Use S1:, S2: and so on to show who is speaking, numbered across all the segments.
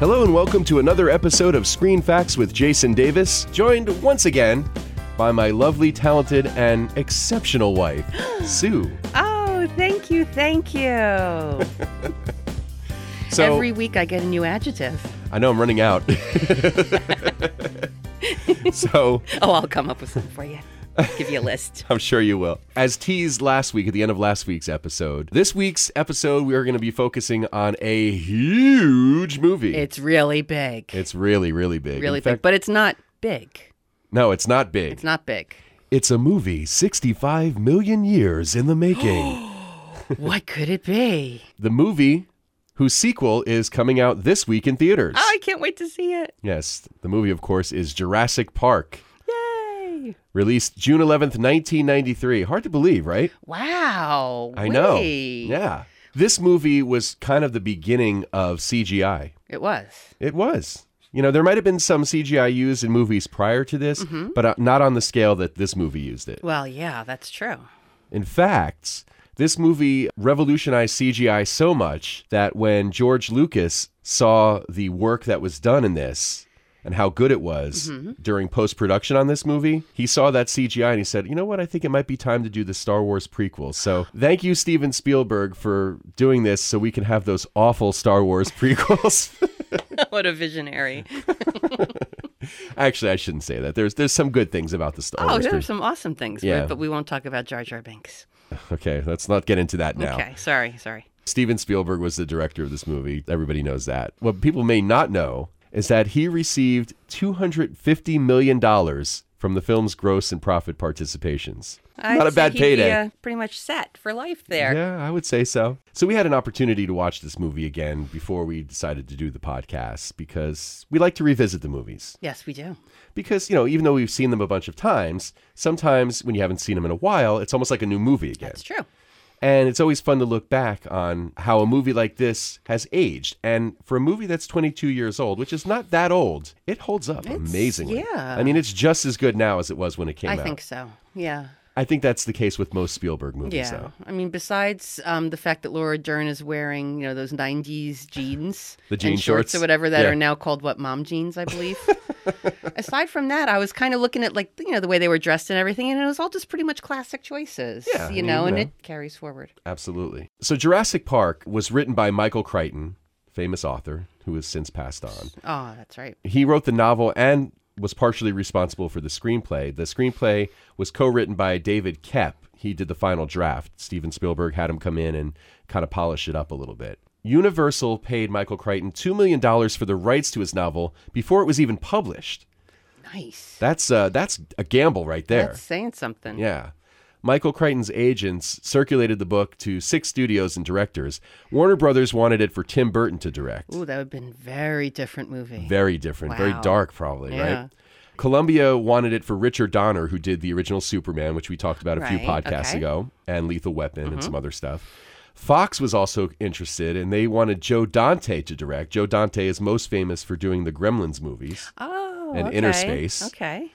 S1: Hello and welcome to another episode of Screen Facts with Jason Davis, joined once again by my lovely, talented, and exceptional wife, Sue.
S2: Oh, thank you, thank you.
S1: So
S2: Every week I get a new adjective.
S1: I know I'm running out. so
S2: Oh, I'll come up with some for you. Give you a list.
S1: I'm sure you will. As teased last week at the end of last week's episode, this week's episode we are going to be focusing on a huge movie.
S2: It's really big.
S1: It's really, really big.
S2: really
S1: In fact,
S2: big. But it's not big.
S1: no, it's not big.
S2: It's not big.
S1: It's a movie 65 million years in the making.
S2: what could it be?
S1: the movie whose sequel is coming out this week in theaters.
S2: Oh, I can't wait to see it.
S1: yes, the movie, of course, is Jurassic Park,
S2: Yay.
S1: released June 11th, 1993. Hard to believe, right?
S2: Wow.
S1: I know.
S2: Wait.
S1: Yeah. This movie was kind of the beginning of CGI.
S2: It was.
S1: It was. You know, there might have been some CGI used in movies prior to this, but uh, not on the scale that this movie used it.
S2: Well, yeah, that's true.
S1: In fact, this movie revolutionized CGI so much that when George Lucas saw the work that was done in this and how good it was
S2: Mm-hmm.
S1: during post production on this movie, he saw that CGI and he said, you know what, I think it might be time to do the Star Wars prequel. So thank you, Steven Spielberg, for doing this so we can have those awful Star Wars prequels.
S2: what a visionary. Oh,
S1: Actually, I shouldn't say that. There's there's some good things about the Star
S2: Oh,
S1: Wars.
S2: there are
S1: prequel.
S2: some awesome things,
S1: Yeah.
S2: but we won't talk about Jar Jar Binks.
S1: Okay, let's not get into that now.
S2: Okay, sorry, sorry.
S1: Steven Spielberg was the director of this movie. Everybody knows that. What people may not know is that he received $250 million from the film's gross and profit participations.
S2: I'd
S1: not a
S2: say
S1: bad
S2: he'd be,
S1: payday.
S2: uh, pretty much set for life there.
S1: Yeah, I would say so. So we had an opportunity to watch this movie again before we decided to do the podcast because we like to revisit the movies.
S2: Yes, we do.
S1: Because, you know, even though we've seen them a bunch of times, sometimes when you haven't seen them in a while, it's almost like a new movie again.
S2: It's true.
S1: And it's always fun to look back on how a movie like this has aged. And for a movie that's 22 years old, which is not that old, it holds up amazingly.
S2: yeah.
S1: I mean, it's just as good now as it was when it came
S2: I
S1: out.
S2: think so. Yeah.
S1: I think that's the case with most Spielberg movies,
S2: Yeah.
S1: though.
S2: I mean, besides um, the fact that Laura Dern is wearing, you know, those 90s jeans,
S1: The jean
S2: and
S1: shorts?
S2: or whatever that
S1: Yeah.
S2: are now called what mom jeans, I believe. Aside from that, I was kind of looking at like, you know, the way they were dressed and everything, and it was all just pretty much classic choices,
S1: Yeah, I
S2: you
S1: mean,
S2: know,
S1: you
S2: and
S1: know.
S2: it carries forward.
S1: Absolutely. So, Jurassic Park was written by Michael Crichton, famous author who has since passed on.
S2: Oh, that's right.
S1: He wrote the novel and was partially responsible for the screenplay. The screenplay was co-written by David Kep. He did the final draft. Steven Spielberg had him come in and kind of polish it up a little bit. Universal paid Michael Crichton $2 million for the rights to his novel before it was even published.
S2: Nice.
S1: That's uh, that's a gamble right there.
S2: That's saying something.
S1: Yeah. Michael Crichton's agents circulated the book to six studios and directors. Warner Brothers wanted it for Tim Burton to direct.
S2: Ooh, that would have been very different movie.
S1: Very different, very
S2: Wow.
S1: dark, probably,
S2: Yeah.
S1: right? Columbia wanted it for Richard Donner, who did the original Superman, which we talked about a few
S2: Right,
S1: podcasts
S2: okay. Mm-hmm.
S1: ago, and Lethal Weapon and some other stuff. Fox was also interested, and they wanted Joe Dante to direct. Joe Dante is most famous for doing the Gremlins movies,
S2: Oh,
S1: And
S2: okay.
S1: Inner Space.
S2: Okay.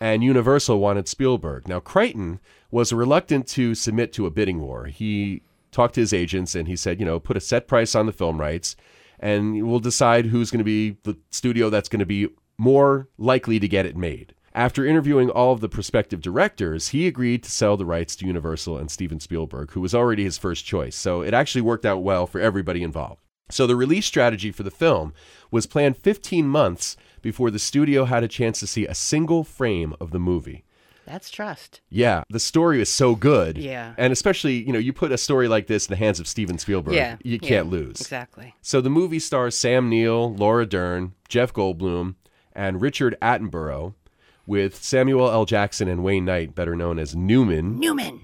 S1: and Universal wanted Spielberg. Now, Crichton was reluctant to submit to a bidding war. He talked to his agents, and he said, you know, put a set price on the film rights, and we'll decide who's going to be the studio that's going to be more likely to get it made. After interviewing all of the prospective directors, he agreed to sell the rights to Universal and Steven Spielberg, who was already his first choice. So it actually worked out well for everybody involved. So the release strategy for the film was planned 15 months before the studio had a chance to see a single frame of the movie.
S2: That's trust.
S1: Yeah, the story is so good.
S2: Yeah.
S1: And especially, you know, you put a story like this in the hands of Steven Spielberg,
S2: Yeah.
S1: you
S2: yeah,
S1: can't lose.
S2: Exactly.
S1: So the movie stars Sam Neill, Laura Dern, Jeff Goldblum, and Richard Attenborough with Samuel L. Jackson and Wayne Knight, better known as Newman.
S2: Newman.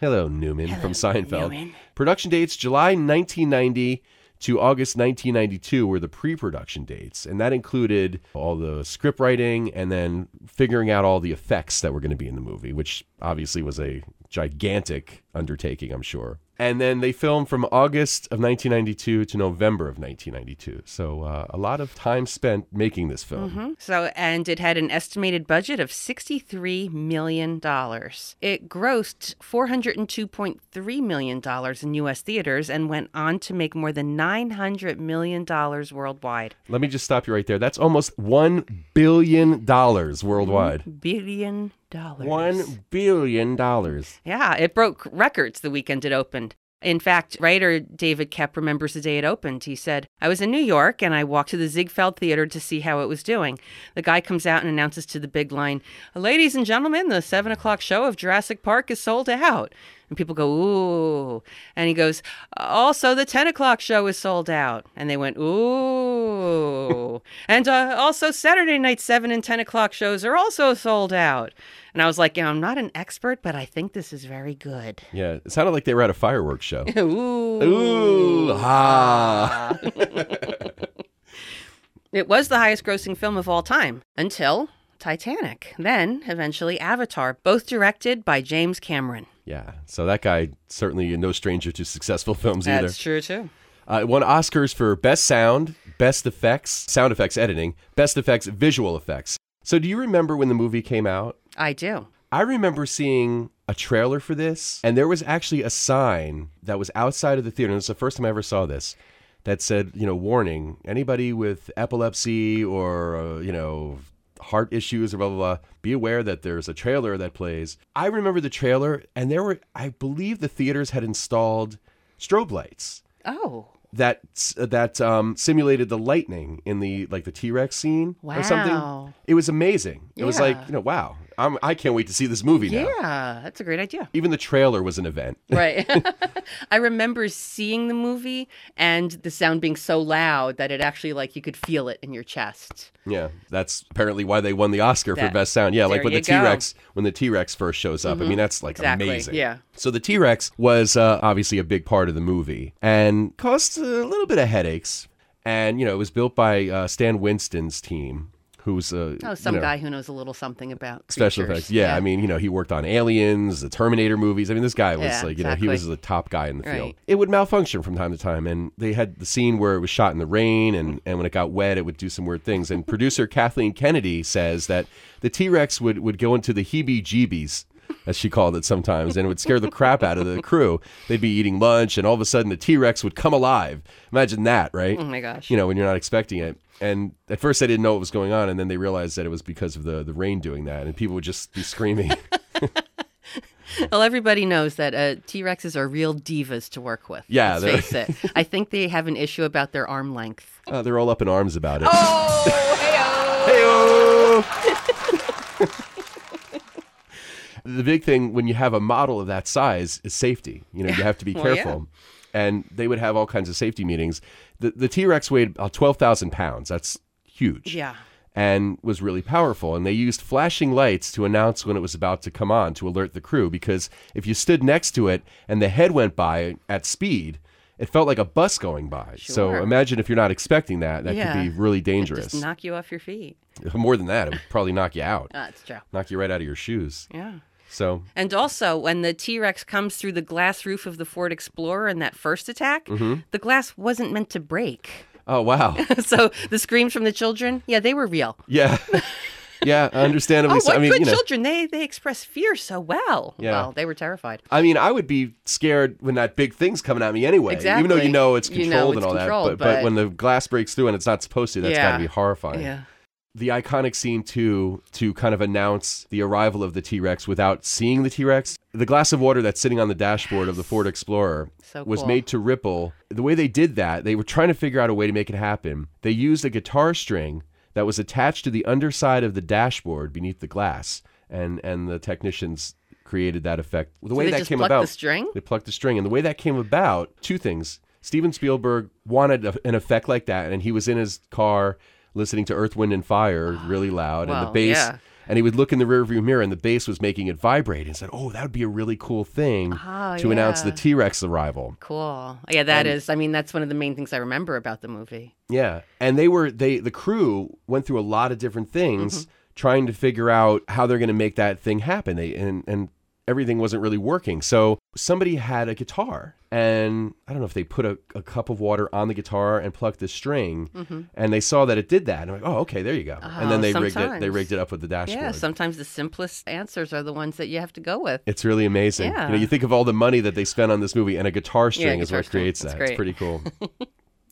S1: Hello, Newman from Seinfeld.
S2: Newman.
S1: Production dates July 1990 to August 1992 were the pre production dates, and that included all the script writing and then figuring out all the effects that were going to be in the movie, which obviously was a gigantic undertaking, I'm sure. And then they filmed from August of 1992 to November of 1992. So uh, a lot of time spent making this film.
S2: Mm-hmm. So, and it had an estimated budget of $63 million. It grossed $402.3 million in U.S. theaters and went on to make more than $900 million worldwide.
S1: Let me just stop you right there. That's almost $1 billion worldwide.
S2: Billion dollars.
S1: $1 billion.
S2: Yeah, it broke records the weekend it opened. In fact, writer David Kep remembers the day it opened. He said, I was in New York and I walked to the Ziegfeld Theater to see how it was doing. The guy comes out and announces to the big line, Ladies and gentlemen, the seven o'clock show of Jurassic Park is sold out. And people go, Ooh. And he goes, Also, the 10 o'clock show is sold out. And they went, Ooh. and uh, also, Saturday night 7 and 10 o'clock shows are also sold out. And I was like, you know, I'm not an expert, but I think this is very good.
S1: Yeah, it sounded like they were at a fireworks show.
S2: Ooh.
S1: Ooh, ha.
S2: It was the highest grossing film of all time until Titanic, then eventually Avatar, both directed by James Cameron.
S1: Yeah, so that guy certainly no stranger to successful films either.
S2: That's true too.
S1: Uh, it won Oscars for Best Sound, Best Effects, Sound Effects Editing, Best Effects Visual Effects. So do you remember when the movie came out?
S2: I do.
S1: I remember seeing a trailer for this, and there was actually a sign that was outside of the theater. And it's the first time I ever saw this that said, you know, warning anybody with epilepsy or, uh, you know, heart issues or blah, blah, blah, be aware that there's a trailer that plays. I remember the trailer, and there were, I believe the theaters had installed strobe lights
S2: Oh,
S1: that that um, simulated the lightning in the like the T Rex scene or something.
S2: Wow.
S1: It was amazing. It was like
S2: Yeah.
S1: you know, wow, I'm, I can't wait to see this movie now.
S2: yeah, that's a great idea.
S1: Even the trailer was an event.
S2: Right. I remember seeing the movie and the sound being so loud that it actually like you could feel it in your chest.
S1: Yeah, that's apparently why they won the Oscar for
S2: That-
S1: best sound. Yeah, like
S2: there
S1: when the
S2: you
S1: T
S2: go. Mm-hmm.
S1: Rex when the T Rex first shows up. I mean, that's like
S2: Exactly,
S1: amazing.
S2: yeah.
S1: So the T Rex was uh, obviously a big part of the movie and caused a little bit of headaches. And you know, it was built by uh, Stan Winston's team, who's uh,
S2: Oh,
S1: you
S2: some
S1: know,
S2: guy who knows a little something about
S1: special
S2: creatures.
S1: effects. Yeah, I mean, you know, he worked on Aliens, the Terminator movies. I mean, this guy was
S2: Yeah,
S1: like, you know, he
S2: exactly.
S1: was the top guy in the field.
S2: Right.
S1: It would malfunction from time to time, and they had the scene where it was shot in the rain, and and when it got wet, it would do some weird things. And producer Kathleen Kennedy says that the T Rex would would go into the heebie-jeebies. As she called it sometimes, and it would scare the crap out of the crew. They'd be eating lunch, and all of a sudden, the T Rex would come alive. Imagine that, right?
S2: Oh my gosh.
S1: you know, when you're not expecting it. And at first, they didn't know what was going on, and then they realized that it was because of the the rain doing that, and people would just be screaming.
S2: Well, everybody knows that uh, T Rexes are real divas to work with.
S1: Yeah,
S2: let's face it. I think they have an issue about their arm length.
S1: Uh, they're all up in arms about it.
S2: Oh,
S1: the big thing when you have a model of that size is safety. You know, you have to be
S2: Well, yeah.
S1: careful. And they would have all kinds of safety meetings. The the T Rex weighed uh, twelve thousand pounds. That's huge.
S2: Yeah.
S1: and was really powerful. And they used flashing lights to announce when it was about to come on to alert the crew because if you stood next to it and the head went by at speed, it felt like a bus going by. So
S2: Sure.
S1: imagine if you're not expecting that, that
S2: Yeah.
S1: could be really
S2: Just
S1: dangerous.
S2: knock you off your feet.
S1: More than that, it would probably knock you out,
S2: That's true.
S1: knock you right out of your shoes.
S2: Yeah.
S1: So
S2: And also, when the T Rex comes through the glass roof of the Ford Explorer in that first attack,
S1: Mm-hmm.
S2: the glass wasn't meant to break.
S1: oh wow,
S2: so the screams from the children, yeah, they were real.
S1: yeah, yeah, understandably.
S2: Oh,
S1: so.
S2: what
S1: I mean,
S2: good
S1: you know.
S2: children! They they express fear so well.
S1: Yeah.
S2: Well, they were terrified.
S1: I mean, I would be scared when that big thing's coming at me anyway. Even though you
S2: Exactly.
S1: know it's
S2: You know
S1: controlled and
S2: it's
S1: all
S2: controlled,
S1: that, but, but
S2: but-
S1: when the glass breaks through and it's not supposed to, that's got
S2: Yeah.
S1: to be horrifying.
S2: Yeah.
S1: The iconic scene too, to kind of announce the arrival of the T Rex without seeing the T Rex. The glass of water that's sitting on the dashboard of the Ford Explorer
S2: So
S1: was
S2: cool.
S1: made to ripple. The way they did that, they were trying to figure out a way to make it happen. They used a guitar string that was attached to the underside of the dashboard beneath the glass, and and the technicians created that effect. The way
S2: they
S1: that
S2: just
S1: came
S2: plucked
S1: about,
S2: the string?
S1: they plucked the string. And the way that came about, two things. Steven Spielberg wanted a, an effect like that, and he was in his car listening to Earth, Wind, and Fire really loud, and the
S2: Wow,
S1: bass.
S2: yeah.
S1: And he would look in the rearview mirror, and the bass was making it vibrate. And said, "Oh, that would be a really cool thing
S2: Oh,
S1: to announce the
S2: yeah.
S1: T Rex arrival."
S2: Cool. Yeah, that is. I mean, that's one of the main things I remember about the movie.
S1: Yeah, and they were they the crew went through a
S2: Mm-hmm.
S1: lot of different things trying to figure out how they're going to make that thing happen. They and and everything wasn't really working. So somebody had a guitar, and I don't know if they put a, a cup of water on the guitar and plucked the string, and they saw that it did that. And I'm like, oh, okay, there you go. and then
S2: Mm-hmm. Oh,
S1: they rigged it. They
S2: sometimes.
S1: rigged it up with the dashboard.
S2: Yeah, sometimes the simplest answers are the ones that you have to go with.
S1: It's really amazing. You, know,
S2: Yeah.
S1: you think of all the money that they spent on this movie, and a guitar string is
S2: guitar
S1: what
S2: string.
S1: creates
S2: That's
S1: that. It's
S2: great.
S1: pretty cool.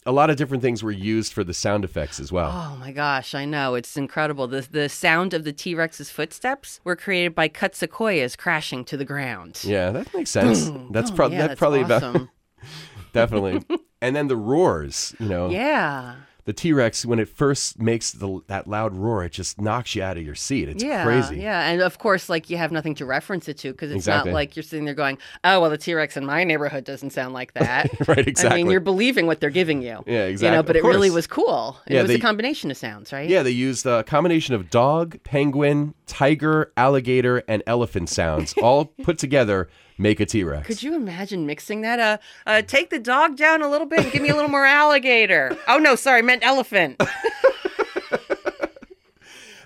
S1: a lot of different things were used for the sound effects as well.
S2: Oh my gosh, I know. It's incredible. The, the sound of the T Rex's footsteps were created by cut sequoias crashing to the ground.
S1: Yeah, that makes sense. that's,
S2: Oh,
S1: prob-
S2: yeah,
S1: that's probably about
S2: awesome.
S1: definitely. and then the roars, you know,
S2: yeah.
S1: the T Rex when it first makes the, that loud roar, it just knocks you out of your seat. It's
S2: yeah,
S1: crazy.
S2: Yeah, and of course, like you have nothing to reference it to because it's
S1: Exactly.
S2: not like you're sitting there going, "Oh, well, the T Rex in my neighborhood doesn't sound like that."
S1: Right,
S2: I
S1: exactly.
S2: mean, you're believing what they're giving you.
S1: Yeah,
S2: You
S1: exactly.
S2: know, but
S1: Of
S2: it really
S1: course.
S2: was cool. It
S1: Yeah,
S2: was
S1: they-
S2: a combination of sounds, right?
S1: Yeah, they used a combination of dog, penguin, tiger, alligator, and elephant sounds, all put together, make a T Rex.
S2: Could you imagine mixing that? Uh, uh, take the dog down a little bit and give me a little more alligator. Oh no, sorry, I meant elephant.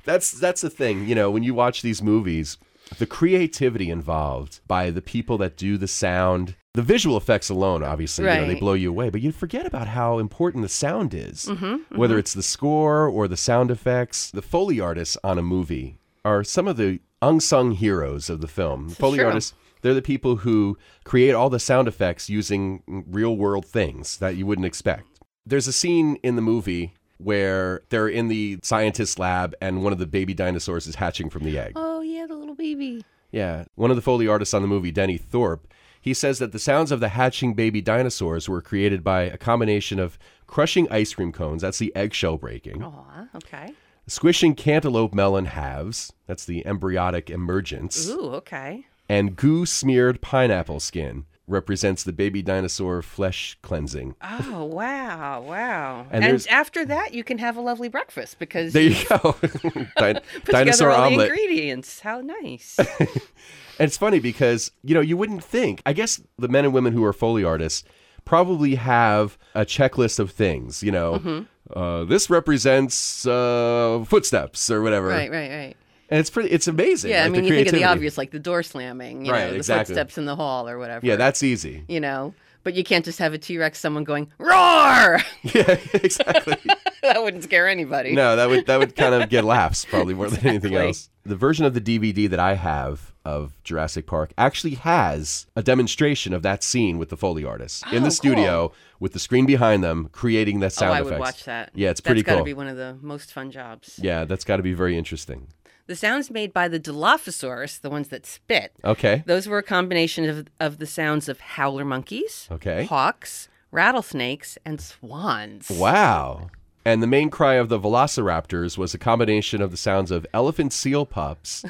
S1: That's that's the thing, you know, when you watch these movies, the creativity involved by the people that do the sound, the visual effects alone, obviously, you know, they
S2: Right.
S1: blow you away, but you forget about how important the sound is. Whether it's the score or the sound effects, the Foley artists on a movie are some of the unsung heroes of the film. Foley
S2: true.
S1: artists they're the people who create all the sound effects using real world things that you wouldn't expect. There's a scene in the movie where they're in the scientist's lab and one of the baby dinosaurs is hatching from the egg.
S2: oh yeah, the little baby.
S1: Yeah. One of the Foley artists on the movie, Denny Thorpe, he says that the sounds of the hatching baby dinosaurs were created by a combination of crushing ice cream cones, that's the eggshell breaking,
S2: Aw, okay.
S1: squishing cantaloupe melon halves, that's the embryotic emergence
S2: Ooh, okay.
S1: and goo smeared pineapple skin represents the baby dinosaur flesh cleansing.
S2: Oh wow, wow.
S1: And
S2: And,
S1: there's-
S2: after that, you can have a lovely breakfast because
S1: There you go. Din-
S2: put
S1: dinosaur
S2: together all
S1: omelet.
S2: the ingredients. How nice.
S1: And it's funny because, you know, you wouldn't think. I guess the men and women who are Foley artists probably have a checklist of things, you know.
S2: Mm-hmm.
S1: Uh, this represents uh, footsteps or whatever,
S2: right, right, right.
S1: and it's pretty. It's amazing.
S2: Yeah,
S1: like
S2: I mean,
S1: the
S2: you think of
S1: creativity.
S2: the obvious, like the door slamming, you
S1: Right,
S2: know, the
S1: exactly.
S2: footsteps in the hall or whatever.
S1: Yeah, that's easy.
S2: you know, but you can't just have a T Rex, someone going roar.
S1: Yeah, exactly.
S2: that wouldn't scare anybody.
S1: No, that would that would kind of get laughs probably more than anything
S2: Exactly.
S1: else. The version of the DVD that I have of Jurassic Park actually has a demonstration of that scene with the Foley artists in
S2: Oh,
S1: the studio with the screen behind them creating that
S2: oh,
S1: sound
S2: I
S1: effects.
S2: would watch that.
S1: Yeah, it's pretty
S2: That's got
S1: cool.
S2: to be one of the most fun jobs.
S1: Yeah, that's got to be very interesting.
S2: The sounds made by the Dilophosaurus, the ones that spit,
S1: Okay.
S2: those were a combination of, of the sounds of howler monkeys,
S1: Okay.
S2: hawks, rattlesnakes, and swans.
S1: Wow. And the main cry of the velociraptors was a combination of the sounds of elephant seal pups,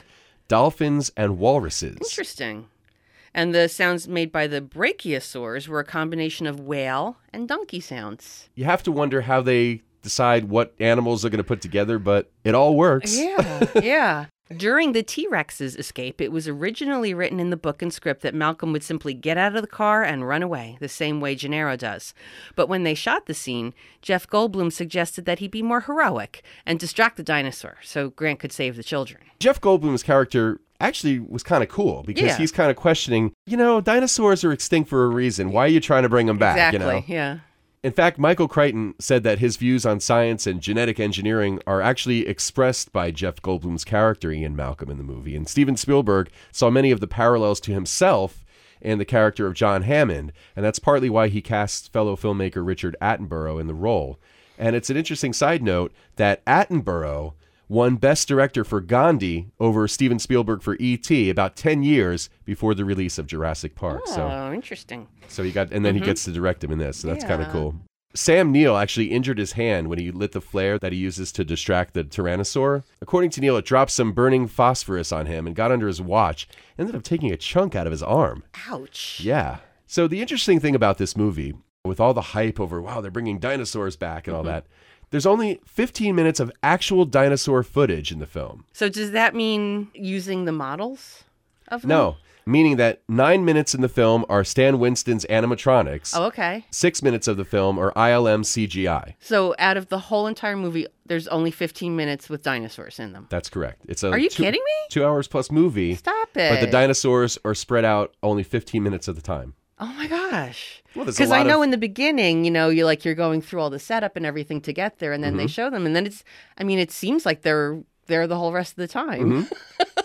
S1: dolphins, and walruses.
S2: Interesting. And the sounds made by the brachiosaurs were a combination of whale and donkey sounds.
S1: You have to wonder how they decide what animals they're going to put together, but it all works.
S2: Yeah, yeah. During the T Rex's escape, it was originally written in the book and script that Malcolm would simply get out of the car and run away, the same way Gennaro does. But when they shot the scene, Jeff Goldblum suggested that he be more heroic and distract the dinosaur so Grant could save the children.
S1: Jeff Goldblum's character actually was kind of cool because
S2: Yeah.
S1: he's kind of questioning, you know, dinosaurs are extinct for a reason. Why are you trying to bring them back?
S2: exactly,
S1: You know?
S2: yeah.
S1: In fact, Michael Crichton said that his views on science and genetic engineering are actually expressed by Jeff Goldblum's character Ian Malcolm in the movie. And Steven Spielberg saw many of the parallels to himself in the character of John Hammond, and that's partly why he cast fellow filmmaker Richard Attenborough in the role. And it's an interesting side note that Attenborough won Best Director for Gandhi over Steven Spielberg for E.T. about 10 years before the release of Jurassic Park. So
S2: Oh, interesting.
S1: so he got, and then he gets to direct him in this. So that's kind of
S2: Mm-hmm. Yeah.
S1: cool. Sam Neill actually injured his hand when he lit the flare that he uses to distract the Tyrannosaur. According to Neil, it dropped some burning phosphorus on him and got under his watch. Ended up taking a chunk out of his arm.
S2: Ouch.
S1: Yeah. So the interesting thing about this movie, with all the hype over, wow, they're bringing dinosaurs back and all
S2: Mm-hmm.
S1: that, there's only 15 minutes of actual dinosaur footage in the film.
S2: So, does that mean using the models of them?
S1: No, meaning that nine minutes in the film are Stan Winston's animatronics.
S2: Oh, okay.
S1: Six minutes of the film are ILM CGI.
S2: So, out of the whole entire movie, there's only 15 minutes with dinosaurs in them.
S1: That's correct. It's a
S2: Are you
S1: two,
S2: kidding me?
S1: two hours plus movie,
S2: Stop it.
S1: but the dinosaurs are spread out only 15 minutes at a time.
S2: oh my gosh.
S1: Well, there's a
S2: Because I
S1: lot
S2: know
S1: of-
S2: in the beginning, you know, you're like you're going through all the setup and everything to get there, and then
S1: Mm-hmm.
S2: they show them, and then it's. I mean, it seems like they're there the whole rest of the
S1: Mm-hmm.
S2: time.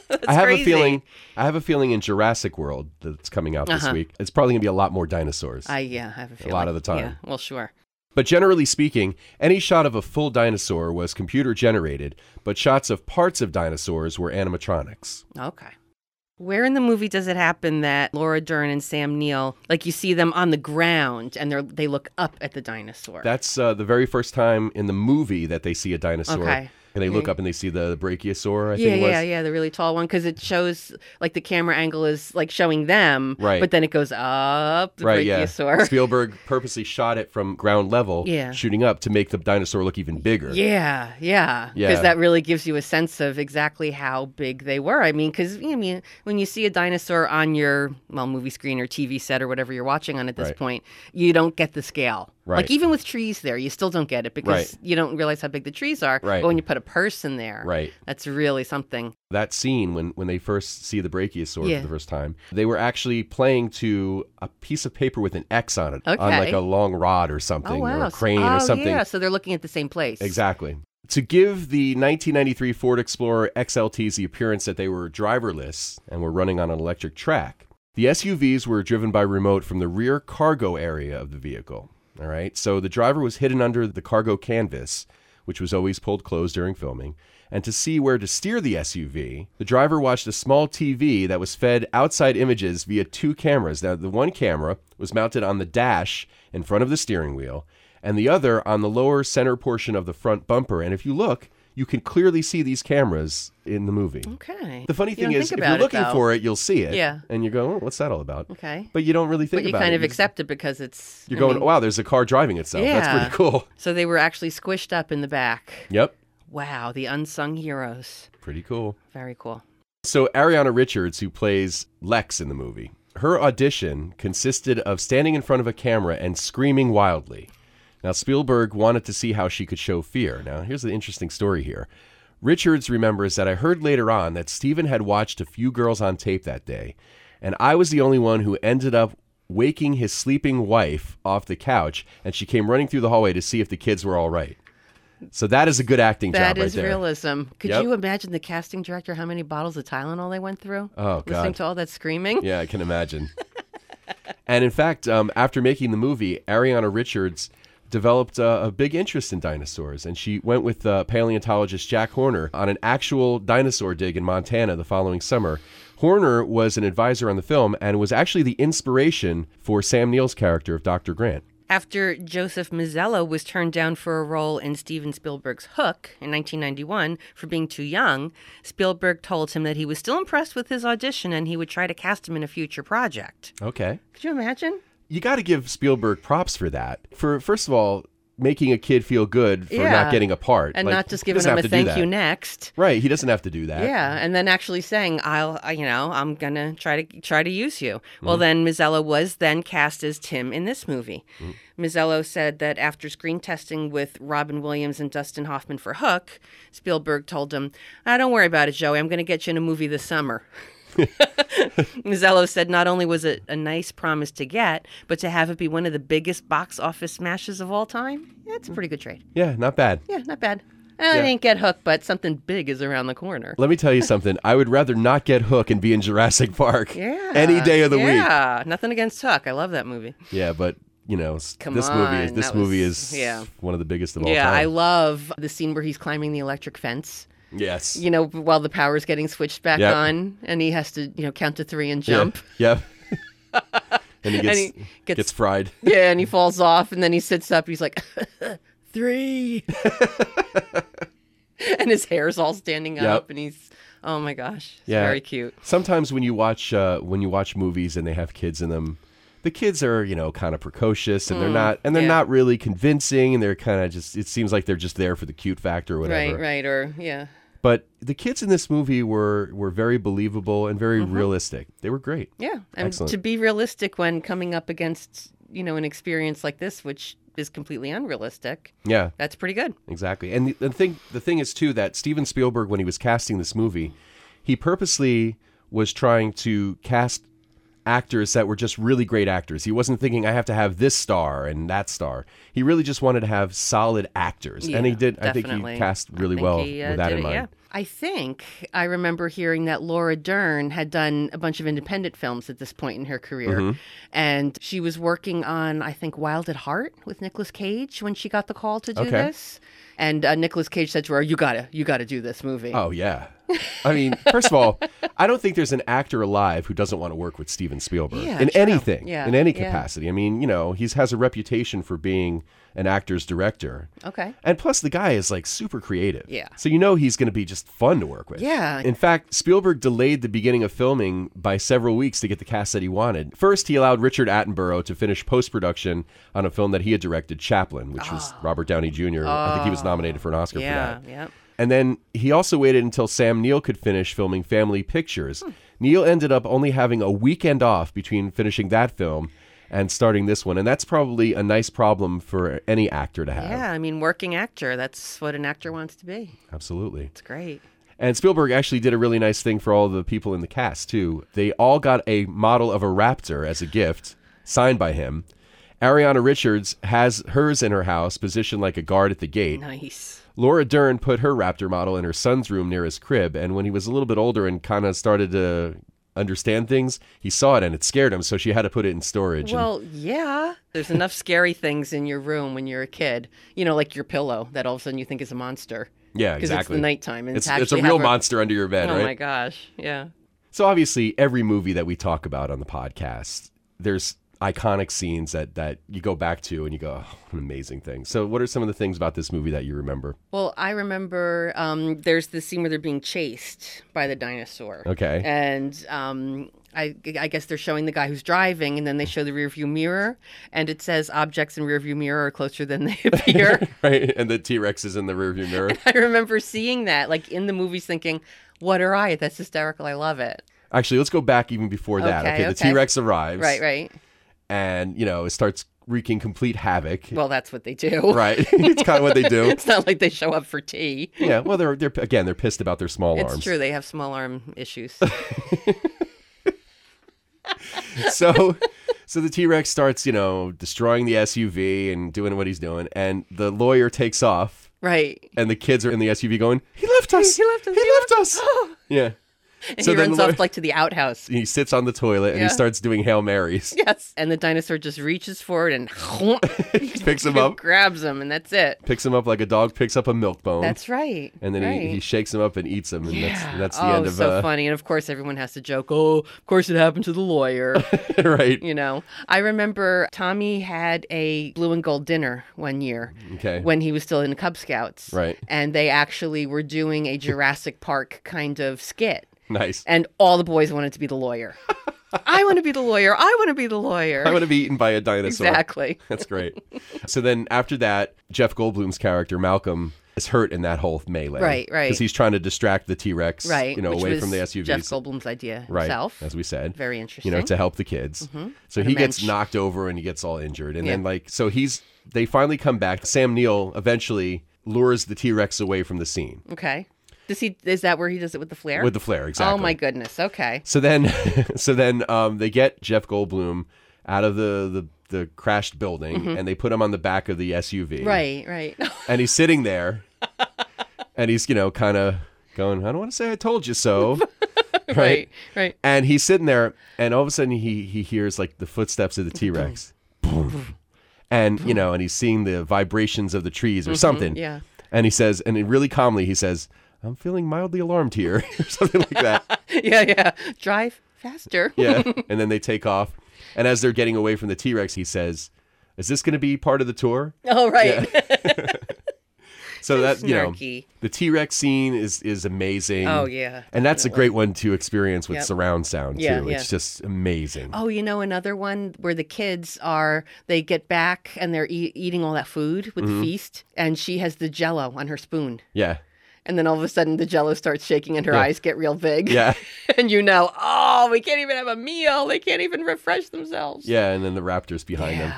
S2: That's
S1: I have
S2: crazy.
S1: a feeling. I have a feeling in Jurassic World that's coming out this
S2: Uh-huh.
S1: week. It's probably gonna be a lot more dinosaurs.
S2: I yeah, I have a feeling
S1: lot of the time.
S2: Yeah, well, sure.
S1: But generally speaking, any shot of a full dinosaur was computer generated, but shots of parts of dinosaurs were animatronics.
S2: Okay. Where in the movie does it happen that Laura Dern and Sam Neill, like you see them on the ground and they're they look up at the dinosaur?
S1: That's uh, the very first time in the movie that they see a dinosaur,
S2: Okay.
S1: and they look
S2: Okay.
S1: up and they see the brachiosaur. I
S2: yeah,
S1: think it was.
S2: yeah, yeah, the really tall one because it shows like the camera angle is like showing them,
S1: Right.
S2: But then it goes up the
S1: Right, yeah.
S2: brachiosaur.
S1: Spielberg purposely shot it from ground level,
S2: Yeah.
S1: shooting up to make the dinosaur look even bigger.
S2: Yeah, yeah. Because
S1: Yeah.
S2: that really gives you a sense of exactly how big they were. I mean, because I mean, when you see a dinosaur on your well movie screen or TV set or whatever you're watching on at this
S1: Right.
S2: point, you don't get the scale.
S1: Right.
S2: Like even with trees there, you still don't get it
S1: Right.
S2: because you don't realize how big the trees are.
S1: Right.
S2: But when you put a person there,
S1: Right.
S2: that's really something.
S1: That scene when, when they first see the brachiosaur
S2: Yeah.
S1: for the first time, they were actually playing to a piece of paper with an X on it, on like
S2: Okay.
S1: a long rod or something,
S2: Oh wow,
S1: or a crane
S2: oh,
S1: or something.
S2: Yeah, so they're looking at the same place.
S1: Exactly. To give the 1993 Ford Explorer XLTs the appearance that they were driverless and were running on an electric track, the SUVs were driven by remote from the rear cargo area of the vehicle. All right. So the driver was hidden under the cargo canvas, which was always pulled closed during filming. And to see where to steer the SUV, the driver watched a small TV that was fed outside images via two cameras. Now, the one camera was mounted on the dash in front of the steering wheel, and the other on the lower center portion of the front bumper. And if you look, you can clearly see these cameras in the movie.
S2: Okay.
S1: The funny
S2: You
S1: thing
S2: don't
S1: is,
S2: think
S1: if you're
S2: about it,
S1: looking
S2: though.
S1: for it, you'll see it.
S2: Yeah.
S1: And you go, oh, what's that all about?
S2: Okay.
S1: But you don't really think
S2: But you
S1: about
S2: kind
S1: it.
S2: of accept it because it's
S1: You're
S2: I
S1: going,
S2: mean,
S1: wow, there's a car driving itself. That's
S2: Yeah.
S1: pretty cool.
S2: So they were actually squished up in the back.
S1: Yep.
S2: Wow, the unsung heroes.
S1: Pretty cool.
S2: Very cool.
S1: So Ariana Richards, who plays Lex in the movie, her audition consisted of standing in front of a camera and screaming wildly. Now Spielberg wanted to see how she could show fear. Now here's the interesting story here. Richards remembers that I heard later on that Steven had watched a few girls on tape that day, and I was the only one who ended up waking his sleeping wife off the couch, and she came running through the hallway to see if the kids were all right. So that is a good acting
S2: That
S1: job
S2: is
S1: right there.
S2: realism. Could
S1: Yep.
S2: you imagine the casting director how many bottles of Tylenol they went through?
S1: Oh,
S2: Listening
S1: God.
S2: to all that screaming?
S1: Yeah, I can imagine. and in fact, um, after making the movie, Ariana Richards developed uh, a big interest in dinosaurs, and she went with uh, paleontologist Jack Horner on an actual dinosaur dig in Montana the following summer. Horner was an advisor on the film and was actually the inspiration for Sam Neill's character of Dr. Grant.
S2: After Joseph Mazzello was turned down for a role in Steven Spielberg's Hook in 1991 for being too young, Spielberg told him that he was still impressed with his audition and he would try to cast him in a future project.
S1: Okay.
S2: Could you imagine?
S1: You got to give Spielberg props for that. For first of all, making a kid feel good for not
S2: Yeah.
S1: getting a part
S2: And
S1: Like,
S2: not just
S1: he
S2: giving
S1: doesn't
S2: him
S1: have
S2: a
S1: to do
S2: thank
S1: that.
S2: you next.
S1: Right, he doesn't have to do that.
S2: Yeah, and then actually saying, "I'll, I- you know, I'm gonna try to try to use you."
S1: Mm-hmm.
S2: Well, then Mazzello was then cast as Tim in this movie.
S1: Mm-hmm.
S2: Mazzello said that after screen testing with Robin Williams and Dustin Hoffman for Hook, Spielberg told him, "I don't worry about it, Joey. I'm gonna get you in a movie this summer." Mazzello said not only was it a nice promise to get, but to have it be one of the biggest box office smashes of all time,
S1: Mm-hmm.
S2: that's a pretty good trade.
S1: Yeah, not bad.
S2: Yeah, not bad. I
S1: Yeah.
S2: didn't get Hook, but something big is around the corner.
S1: Let me tell you something. I would rather not get Hook and be in Jurassic Park
S2: Yeah.
S1: any day of the week.
S2: Yeah. Nothing against Tuck. I love that movie.
S1: Yeah, but you know, s-
S2: Come
S1: this movie is
S2: on,
S1: this
S2: that
S1: movie
S2: was-
S1: is
S2: yeah.
S1: one of the biggest of all
S2: yeah. I
S1: time.
S2: love the scene where he's climbing the electric fence,
S1: yes.
S2: you know, while the power's getting switched back
S1: Yep.
S2: on and he has to, you know, count to three and
S1: Yeah.
S2: jump.
S1: Yep. and he gets,
S2: he
S1: gets
S2: gets-
S1: fried.
S2: Yeah. and he falls off and then he sits up. He's like, three. and his hair's all standing up and he's, oh my gosh. It's
S1: Yeah.
S2: very cute.
S1: Sometimes when you watch uh, when you watch movies and they have kids in them, the kids are you know kind of precocious and they're not and they're
S2: Mm, yeah.
S1: not really convincing and they're kind of just it seems like they're just there for the cute factor or whatever.
S2: Right, right. Or, yeah.
S1: But the kids in this movie were were very believable and
S2: Mm-hmm.
S1: very realistic. They were great.
S2: Yeah, and
S1: Excellent.
S2: to be realistic when coming up against you know an experience like this, which is completely unrealistic,
S1: Yeah,
S2: that's pretty good.
S1: exactly. And the, the thing the thing is too that Steven Spielberg when he was casting this movie, he purposely was trying to cast actors that were just really great actors. He wasn't thinking I have to have this star and that star. He really just wanted to have solid actors. and he
S2: Yeah,
S1: did I think
S2: definitely.
S1: he cast
S2: I
S1: really
S2: think
S1: well
S2: he, uh,
S1: with that
S2: did
S1: in
S2: it,
S1: mind.
S2: yeah. I think I remember hearing that Laura Dern had done a bunch of independent films at this point in her career.
S1: Mm-hmm.
S2: And she was working on, I think, Wild at Heart with Nicolas Cage when she got the call to do
S1: Okay.
S2: this. And uh, Nicolas Cage said to her, You gotta, you gotta do this movie.
S1: Oh yeah. I mean, first of all, I don't think there's an actor alive who doesn't want to work with Steven Spielberg
S2: Yeah,
S1: in
S2: true.
S1: anything,
S2: Yeah,
S1: in any
S2: yeah.
S1: capacity. I mean, you know, he has a reputation for being an actor's director.
S2: Okay.
S1: And plus, the guy is like super creative.
S2: Yeah.
S1: So you know he's going to be just fun to work with.
S2: Yeah.
S1: In fact, Spielberg delayed the beginning of filming by several weeks to get the cast that he wanted. First, he allowed Richard Attenborough to finish post production on a film that he had directed, Chaplin, which was Robert Downey Jr. I think he was nominated for an Oscar for
S2: Ah. Oh. Yeah,
S1: that.
S2: yeah.
S1: And then he also waited until Sam Neill could finish filming Family Pictures.
S2: Hmm.
S1: Neill ended up only having a weekend off between finishing that film and starting this one. And that's probably a nice problem for any actor to have.
S2: Yeah, I mean, working actor, that's what an actor wants to be.
S1: Absolutely.
S2: It's great.
S1: And Spielberg actually did a really nice thing for all the people in the cast, too. They all got a model of a raptor as a gift signed by him. Ariana Richards has hers in her house, positioned like a guard at the gate.
S2: Nice.
S1: Laura Dern put her raptor model in her son's room near his crib, and when he was a little bit older and kind of started to understand things, he saw it and it scared him, so she had to put it in storage. and-
S2: Well, yeah. There's enough scary things in your room when you're a kid. You know, like your pillow that all of a sudden you think is a monster.
S1: yeah,
S2: Because
S1: exactly.
S2: it's the nighttime. And
S1: It's,
S2: to
S1: it's a
S2: actually
S1: real
S2: have
S1: monster under your bed,
S2: Oh
S1: right?
S2: my gosh. Yeah.
S1: So obviously, every movie that we talk about on the podcast, there's iconic scenes that that you go back to and you go, oh, an amazing thing. So, what are some of the things about this movie that you remember?
S2: Well, I remember um, there's the scene where they're being chased by the dinosaur.
S1: Okay.
S2: And um, I, I guess they're showing the guy who's driving, and then they show the rearview mirror, and it says objects in rearview mirror are closer than they appear.
S1: right, and the T Rex is in the rearview mirror.
S2: I remember seeing that, like in the movies, thinking, "What are I? That's hysterical. I love it."
S1: Actually, let's go back even before that.
S2: Okay,
S1: the
S2: okay.
S1: T Rex arrives,
S2: Right, right.
S1: and you know it starts wreaking complete havoc.
S2: Well, that's what they do.
S1: right, it's kind of what they do.
S2: It's not like they show up for tea.
S1: Yeah, well, they're they're again they're pissed about their small
S2: It's
S1: arms.
S2: true. They have small arm issues.
S1: so so the T-Rex starts, you know, destroying the SUV and doing what he's doing and the lawyer takes off
S2: right.
S1: and the kids are in the SUV going, "He left us.
S2: He left us, Oh.
S1: He
S2: he
S1: left us." yeah.
S2: And
S1: So
S2: he
S1: then
S2: runs
S1: Laura-
S2: off like to the outhouse.
S1: He sits on the toilet and
S2: Yeah.
S1: he starts doing Hail Marys.
S2: Yes. And the dinosaur just reaches forward and
S1: picks him up.
S2: grabs him, and that's it.
S1: Picks him up like a dog picks up a milk bone.
S2: That's right.
S1: and then
S2: right.
S1: he, he shakes him up and eats him and that's
S2: Yeah.
S1: and that's the
S2: oh,
S1: end of
S2: so
S1: uh,
S2: funny. And of course, everyone has to joke. Oh, of course, it happened to the lawyer.
S1: right.
S2: you know, I remember Tommy had a blue and gold dinner one year
S1: Okay.
S2: when he was still in the Cub Scouts,
S1: Right.
S2: And they actually were doing a Jurassic Park kind of skit,
S1: nice.
S2: and all the boys wanted to be the lawyer. I want to be the lawyer. I want to be the lawyer.
S1: I want to be eaten by a dinosaur.
S2: exactly.
S1: That's great. so then after that, Jeff Goldblum's character Malcolm is hurt in that whole melee,
S2: Right, right.
S1: Because he's trying to distract the T Rex,
S2: right?
S1: You know,
S2: which
S1: away
S2: was
S1: from the SUVs,
S2: Jeff Goldblum's idea
S1: right?
S2: himself.
S1: As we said,
S2: Very interesting.
S1: you know, to help the kids. So
S2: What a
S1: he gets
S2: mensch.
S1: knocked over and he gets all injured, and then
S2: Yeah.
S1: like, so he's they finally come back. Sam Neill eventually lures the T Rex away from the scene
S2: okay. Does he? Is that where he does it with the flare?
S1: with the flare. Exactly.
S2: Oh my goodness. Okay.
S1: So then, so then um, they get Jeff Goldblum out of the the, the crashed building, and they put him on the back of the SUV,
S2: Mm-hmm. Right. Right.
S1: and he's sitting there and he's you know kind of going i don't want to say i told you so
S2: right. Right.
S1: and he's sitting there and all of a sudden he he hears like the footsteps of the t-rex and you know and he's seeing the vibrations of the trees or something
S2: Mm-hmm. yeah.
S1: and he says and then really calmly he says i'm feeling mildly alarmed here or something like that
S2: yeah. Yeah. Drive faster.
S1: yeah and then they take off and as they're getting away from the t-rex he says is this going to be part of the tour
S2: Oh right.
S1: so that you know
S2: snarky.
S1: the t-rex scene is is amazing
S2: Oh yeah.
S1: And that's a great one to experience with
S2: Yep.
S1: surround sound too.
S2: Yeah, yeah.
S1: It's just amazing.
S2: Oh, you know another one where the kids are they get back and they're e- eating all that food with
S1: Mm-hmm.
S2: the feast, and she has the Jello on her spoon,
S1: Yeah.
S2: and then all of a sudden the Jello starts shaking and her eyes get real big.
S1: Yeah.
S2: and you know, oh, we can't even have a meal. They can't even refresh themselves.
S1: Yeah, and then the raptors behind them.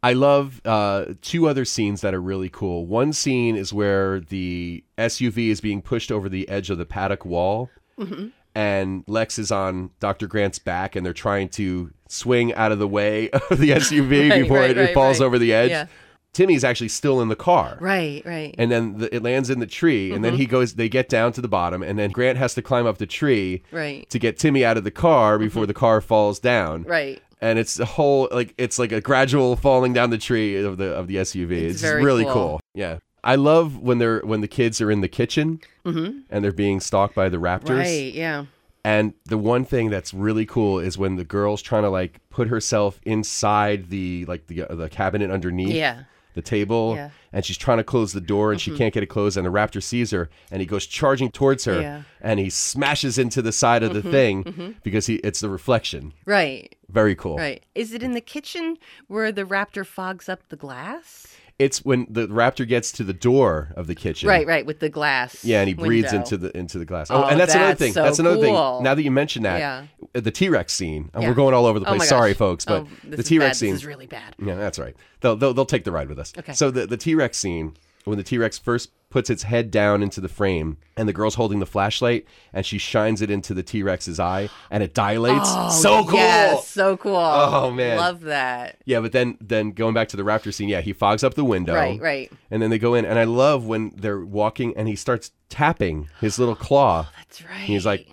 S1: I love uh, two other scenes that are really cool. One scene is where the SUV is being pushed over the edge of the paddock wall,
S2: Mm-hmm.
S1: and Lex is on Dr. Grant's back, and they're trying to swing out of the way of the SUV
S2: Right,
S1: before
S2: right,
S1: it, it
S2: right,
S1: falls
S2: right.
S1: over the edge.
S2: Yeah.
S1: Timmy's actually still in the car.
S2: Right, Mm-hmm. right.
S1: And then the, it lands in the tree, and then he goes. They get down to the bottom, and then Grant has to climb up the tree
S2: right.
S1: to get Timmy out of the
S2: Mm-hmm.
S1: car before the car falls down
S2: Right.
S1: and it's a whole like it's like a gradual falling down the tree of the of the SUV.
S2: It's
S1: It's,
S2: very
S1: really cool.
S2: cool.
S1: Yeah. I love when they're when the kids are in the kitchen
S2: Mm-hmm.
S1: and they're being stalked by the raptors.
S2: Right, yeah.
S1: And the one thing that's really cool is when the girl's trying to like put herself inside the like the the cabinet underneath
S2: Yeah.
S1: the table
S2: Yeah. Mm-hmm.
S1: and she's trying to close the door and she can't get it closed and the raptor sees her and he goes charging towards her
S2: Yeah. Mm-hmm.
S1: and he smashes into the side of the thing because he it's the reflection.
S2: Right,
S1: Very cool.
S2: right. Is it in the kitchen where the raptor fogs up the glass?
S1: It's when the raptor gets to the door of the kitchen.
S2: Right, right, with the glass.
S1: Yeah, and he breathes
S2: window.
S1: into the into the glass. Oh,
S2: Oh,
S1: and that's, another
S2: that's
S1: thing.
S2: so
S1: that's another
S2: cool.
S1: thing. Now that you mention that,
S2: Yeah.
S1: the T Rex scene. and
S2: Yeah.
S1: We're going all over the
S2: Oh my
S1: place.
S2: gosh.
S1: Sorry, folks, but
S2: Oh, this
S1: the
S2: is
S1: T Rex
S2: bad.
S1: scene.
S2: This is really bad.
S1: Yeah, that's right. They'll, they'll they'll take the ride with us.
S2: Okay.
S1: So the the T Rex scene when the T Rex first puts its head down into the frame and the girl's holding the flashlight and she shines it into the T Rex's eye and it dilates. so cool.
S2: Oh, Yes, so cool.
S1: Oh, man.
S2: Love that.
S1: Yeah, but then then going back to the raptor scene, yeah, he fogs up the window.
S2: Right, right.
S1: And then they go in, and I love when they're walking, and he starts tapping his little claw.
S2: That's right.
S1: He's like-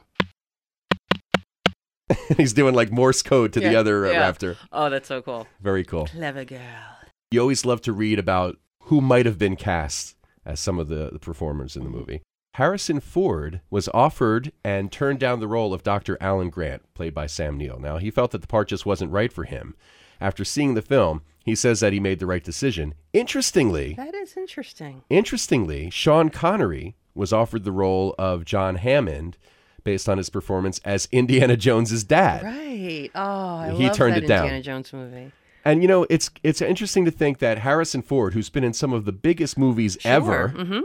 S1: He's doing like Morse code to the
S2: Yeah,
S1: other uh,
S2: yeah.
S1: raptor.
S2: Oh, that's so cool.
S1: Very cool.
S2: Clever girl.
S1: You always love to read about who might have been cast as some of the, the performers in the movie. Harrison Ford was offered and turned down the role of Dr. Alan Grant, played by Sam Neill. Now, he felt that the part just wasn't right for him. After seeing the film, he says that he made the right decision. Interestingly,
S2: That is interesting.
S1: Interestingly, Sean Connery was offered the role of John Hammond based on his performance as Indiana Jones's dad.
S2: Right. Oh, I
S1: He
S2: love
S1: turned
S2: that
S1: it down.
S2: Indiana Jones movie.
S1: And you know, it's it's interesting to think that Harrison Ford, who's been in some of the biggest movies ever,
S2: hmm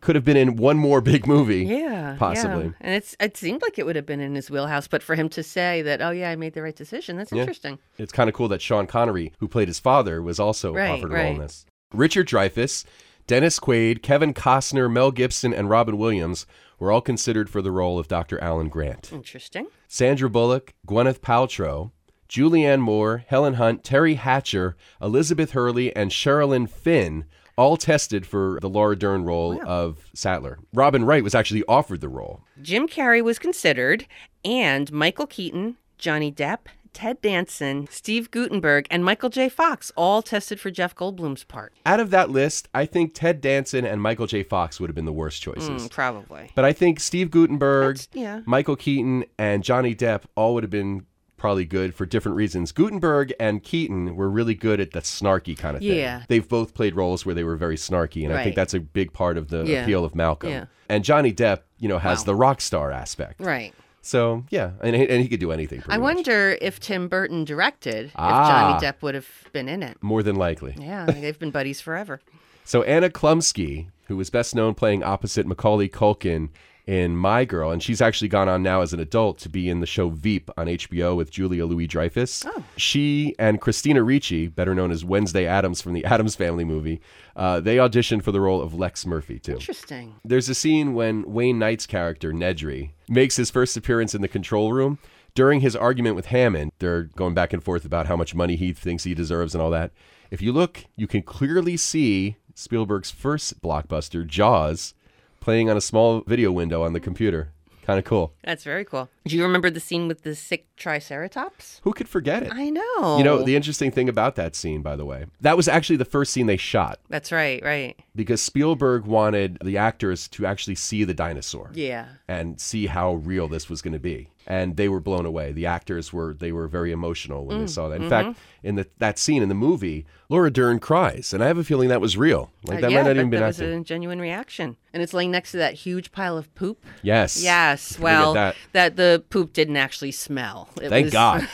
S1: could have been in one more big movie.
S2: Yeah.
S1: Possibly.
S2: yeah. And it's it seemed like it would have been in his wheelhouse, but for him to say that, oh yeah, I made the right decision, that's
S1: Yeah.
S2: interesting.
S1: It's kind of cool that Sean Connery, who played his father, was also
S2: Right,
S1: offered a role in
S2: right.
S1: this. Richard Dreyfuss, Dennis Quaid, Kevin Costner, Mel Gibson, and Robin Williams were all considered for the role of Dr. Alan Grant.
S2: Interesting.
S1: Sandra Bullock, Gwyneth Paltrow, Julianne Moore, Helen Hunt, Terry Hatcher, Elizabeth Hurley, and Sherilyn Finn all tested for the Laura Dern role of Sattler. Robin Wright was actually offered the role.
S2: Jim Carrey was considered, and Michael Keaton, Johnny Depp, Ted Danson, Steve Gutenberg, and Michael J. Fox all tested for Jeff Goldblum's part.
S1: Out of that list, I think Ted Danson and Michael J. Fox would have been the worst choices.
S2: Mm, probably.
S1: But I think Steve Gutenberg,
S2: That's- yeah.
S1: Michael Keaton, and Johnny Depp all would have been probably good for different reasons. Gutenberg and Keaton were really good at the snarky kind of thing.
S2: Yeah.
S1: They've both played roles where they were very snarky, and I think
S2: Right.
S1: that's a big part of the
S2: Yeah.
S1: appeal of Malcolm.
S2: Yeah.
S1: And Johnny Depp, you know, has
S2: Wow.
S1: the rock star aspect.
S2: Right.
S1: So, yeah, and, he- and he could do anything. pretty
S2: I
S1: much.
S2: wonder if Tim Burton directed,
S1: Ah.
S2: if Johnny Depp would have been in it.
S1: More than likely.
S2: Yeah, they've been buddies forever.
S1: So Anna Klumsky, who was best known playing opposite Macaulay Culkin in My Girl, and she's actually gone on now as an adult to be in the show Veep on HBO with Julia Louis Dreyfus. She and Christina Ricci, better known as Wednesday Adams from the Adams Family movie, uh, they auditioned for the role of Lex Murphy too.
S2: Interesting.
S1: There's a scene when Wayne Knight's character, Nedry, makes his first appearance in the control room. During his argument with Hammond, they're going back and forth about how much money he thinks he deserves and all that. If you look, you can clearly see Spielberg's first blockbuster, Jaws, playing on a small video window on the computer. Kind of cool.
S2: That's very cool. Do you remember the scene with the sick triceratops?
S1: Who could forget it?
S2: I know.
S1: You know, the interesting thing about that scene, by the way, that was actually the first scene they shot
S2: That's right, right.
S1: because Spielberg wanted the actors to actually see the dinosaur.
S2: Yeah.
S1: and see how real this was going to be. And they were blown away. The actors were they were very emotional
S2: Mm,
S1: when they saw that. In
S2: mm-hmm.
S1: fact, in the, that scene in the movie, Laura Dern cries, and I have a feeling that was real. Like that
S2: yeah,
S1: might not
S2: but
S1: even been
S2: that was
S1: acting.
S2: a genuine reaction. And it's laying next to that huge pile of poop.
S1: Yes.
S2: Yes.
S1: at
S2: Well,
S1: that.
S2: that. the poop didn't actually smell. It
S1: Thank
S2: was-
S1: God.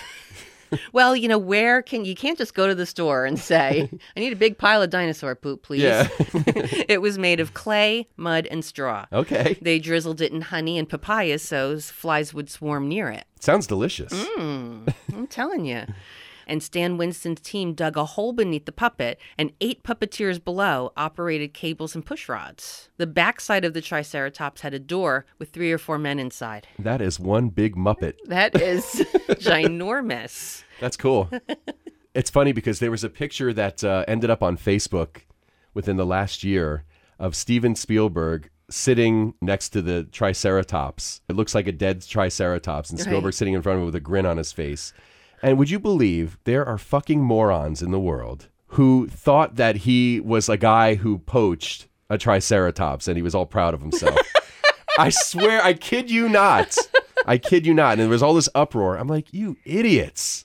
S2: Well, you know, where can you can't just go to the store and say, "I need a big pile of dinosaur poop, please."
S1: Yeah.
S2: it was made of clay, mud, and straw.
S1: Okay.
S2: They drizzled it in honey and papayas so s- flies would swarm near it. Mm.
S1: Sounds delicious.
S2: I'm telling you. and Stan Winston's team dug a hole beneath the puppet, and eight puppeteers below operated cables and push rods. The backside of the Triceratops had a door with three or four men inside.
S1: That is one big Muppet.
S2: That is ginormous.
S1: That's cool. it's funny because there was a picture that uh, ended up on Facebook within the last year of Steven Spielberg sitting next to the Triceratops. It looks like a dead Triceratops, and
S2: Right.
S1: Spielberg sitting in front of it with a grin on his face. And would you believe there are fucking morons in the world who thought that he was a guy who poached a Triceratops and he was all proud of himself? I swear, I kid you not. I kid you not. And there was all this uproar. I'm like, you idiots.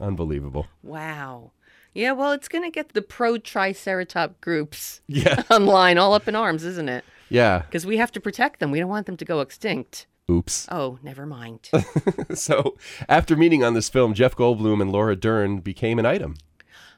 S1: Unbelievable.
S2: Wow. Yeah, well, it's going to get the pro Triceratop groups
S1: Yeah.
S2: online all up in arms, isn't it?
S1: Yeah.
S2: Because we have to protect them. We don't want them to go extinct.
S1: Oops.
S2: Oh, never mind.
S1: So, after meeting on this film, Jeff Goldblum and Laura Dern became an item.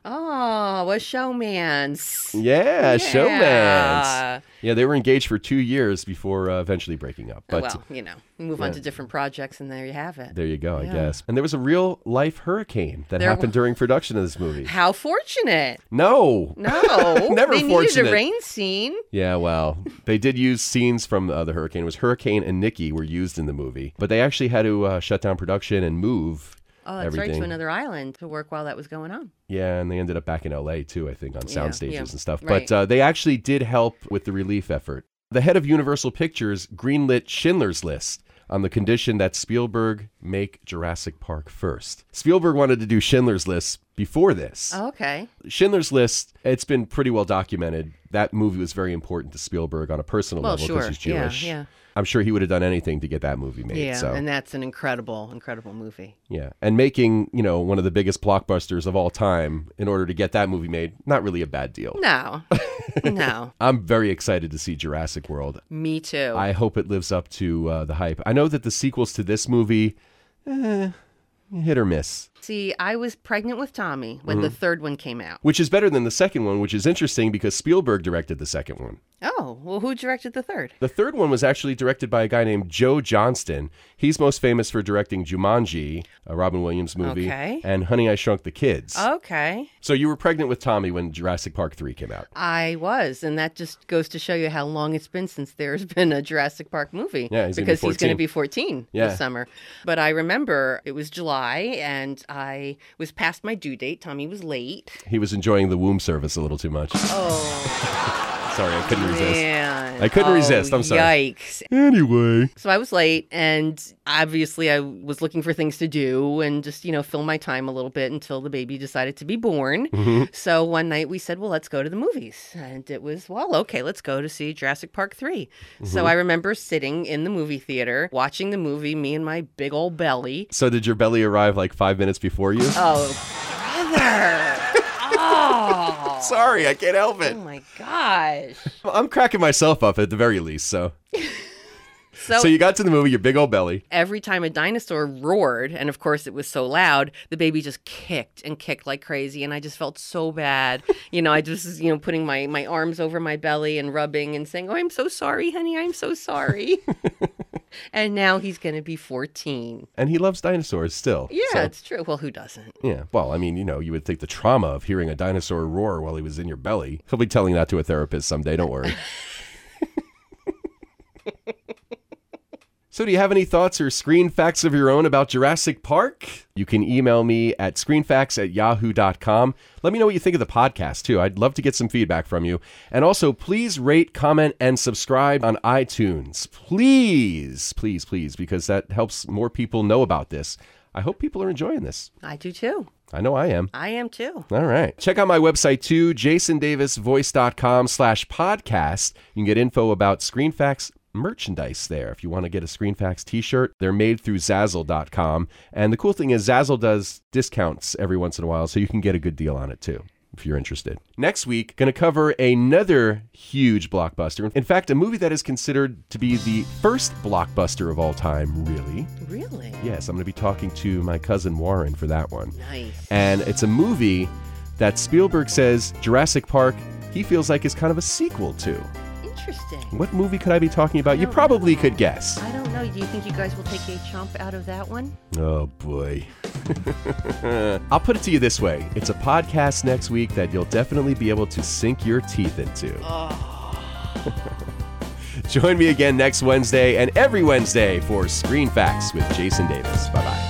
S2: oh, a showman's.
S1: Yeah,
S2: Yeah.
S1: showmans. Yeah, they were engaged for two years before uh, eventually breaking up. But
S2: Oh, well, you know, we move on to different projects, and there you have it.
S1: there you go,
S2: Yeah.
S1: I guess. And there was a real life hurricane that
S2: There
S1: happened during production of this movie.
S2: How fortunate!
S1: No.
S2: No,
S1: Never
S2: they needed
S1: fortunate.
S2: a rain scene.
S1: Yeah, well, they did use scenes from uh, the hurricane. It was Hurricane and Nikki were used in the movie, but they actually had to uh, shut down production and move
S2: Oh, that's
S1: everything.
S2: right to another island to work while that was going on.
S1: Yeah, and they ended up back in LA too, I think, on
S2: Yeah,
S1: sound stages
S2: yeah,
S1: and stuff.
S2: right.
S1: But uh, they actually did help with the relief effort. The head of Universal Pictures greenlit Schindler's List on the condition that Spielberg make Jurassic Park first. Spielberg wanted to do Schindler's List before this.
S2: Oh, okay,
S1: Schindler's List, it's been pretty well documented. That movie was very important to Spielberg on a personal
S2: Well,
S1: level because
S2: sure.
S1: he's
S2: Yeah,
S1: Jewish.
S2: yeah.
S1: I'm sure he would have done anything to get that movie made.
S2: yeah,
S1: so.
S2: and that's an incredible, incredible movie.
S1: Yeah, and making you know one of the biggest blockbusters of all time in order to get that movie made, not really a bad deal.
S2: No, no,
S1: I'm very excited to see Jurassic World.
S2: me too.
S1: I hope it lives up to uh, the hype. I know that the sequels to this movie, eh, hit or miss,
S2: See, I was pregnant with Tommy when the third one came out.
S1: which is better than the second one, which is interesting because Spielberg directed the second one.
S2: Oh, well, who directed the third?
S1: The third one was actually directed by a guy named Joe Johnston. He's most famous for directing Jumanji, a Robin Williams movie,
S2: Okay. Oh.
S1: and Honey I Shrunk the Kids.
S2: Okay.
S1: so you were pregnant with Tommy when Jurassic Park 3 came out.
S2: I was, and that just goes to show you how long it's been since there's been a Jurassic Park movie.
S1: Yeah, he's gonna be
S2: because he's
S1: 14.
S2: going to be 14
S1: Yeah.
S2: this summer. But I remember it was July, and I was past my due date. Tommy was late.
S1: He was enjoying the womb service a little too much.
S2: Oh
S1: Sorry, I couldn't resist.
S2: man,
S1: I couldn't
S2: Oh,
S1: resist. I'm sorry.
S2: Yikes!
S1: Anyway.
S2: So I was late, and obviously I was looking for things to do and just, you know, fill my time a little bit until the baby decided to be born.
S1: Mm-hmm.
S2: So one night we said, well, let's go to the movies. And it was, well, okay, let's go to see Jurassic Park 3.
S1: Mm-hmm.
S2: So I remember sitting in the movie theater watching the movie, me and my big old belly.
S1: So did your belly arrive like five minutes before you?
S2: Oh, brother. oh.
S1: Sorry, I can't help it.
S2: Oh my gosh.
S1: I'm cracking myself up at the very least. So,
S2: So,
S1: so you got to the movie, your big old belly.
S2: every time a dinosaur roared, and of course it was so loud, the baby just kicked and kicked like crazy, and I just felt so bad. you know, I just was, you know putting my my arms over my belly and rubbing and saying, "Oh, I'm so sorry, honey. I'm so sorry." and now he's gonna be 14.
S1: And he loves dinosaurs still.
S2: Yeah,
S1: So,
S2: it's true. Well, who doesn't?
S1: yeah. Well, I mean, you know, you would think the trauma of hearing a dinosaur roar while he was in your belly. He'll be telling that to a therapist someday. Don't worry. So, do you have any thoughts or screen facts of your own about Jurassic Park? You can email me at screenfacts at yahoo.com. Let me know what you think of the podcast, too. I'd love to get some feedback from you. And also, please rate, comment, and subscribe on iTunes. Please, please, please, because that helps more people know about this. I hope people are enjoying this.
S2: I do too.
S1: I know I am.
S2: I am too.
S1: All right. Check out my website too, jasondavisvoice.com slash podcast. You can get info about ScreenFacts merchandise there if you want to get a ScreenFacts t-shirt. They're made through Zazzle.com. And the cool thing is Zazzle does discounts every once in a while, so you can get a good deal on it too. If you're interested, next week, going to cover another huge blockbuster. In fact, a movie that is considered to be the first blockbuster of all time, really.
S2: Really
S1: Yes, I'm going to be talking to my cousin Warren for that one
S2: nice.
S1: and it's a movie that Spielberg says Jurassic Park he feels like is kind of a sequel to.
S2: Interesting.
S1: What movie could I be talking about? You probably could guess.
S2: I don't know. Do you think you guys will take a chomp out of that one?
S1: Oh boy. I'll put it to you this way it's a podcast next week that you'll definitely be able to sink your teeth into. Join me again next Wednesday and every Wednesday for Screen Facts with Jason Davis. Bye bye.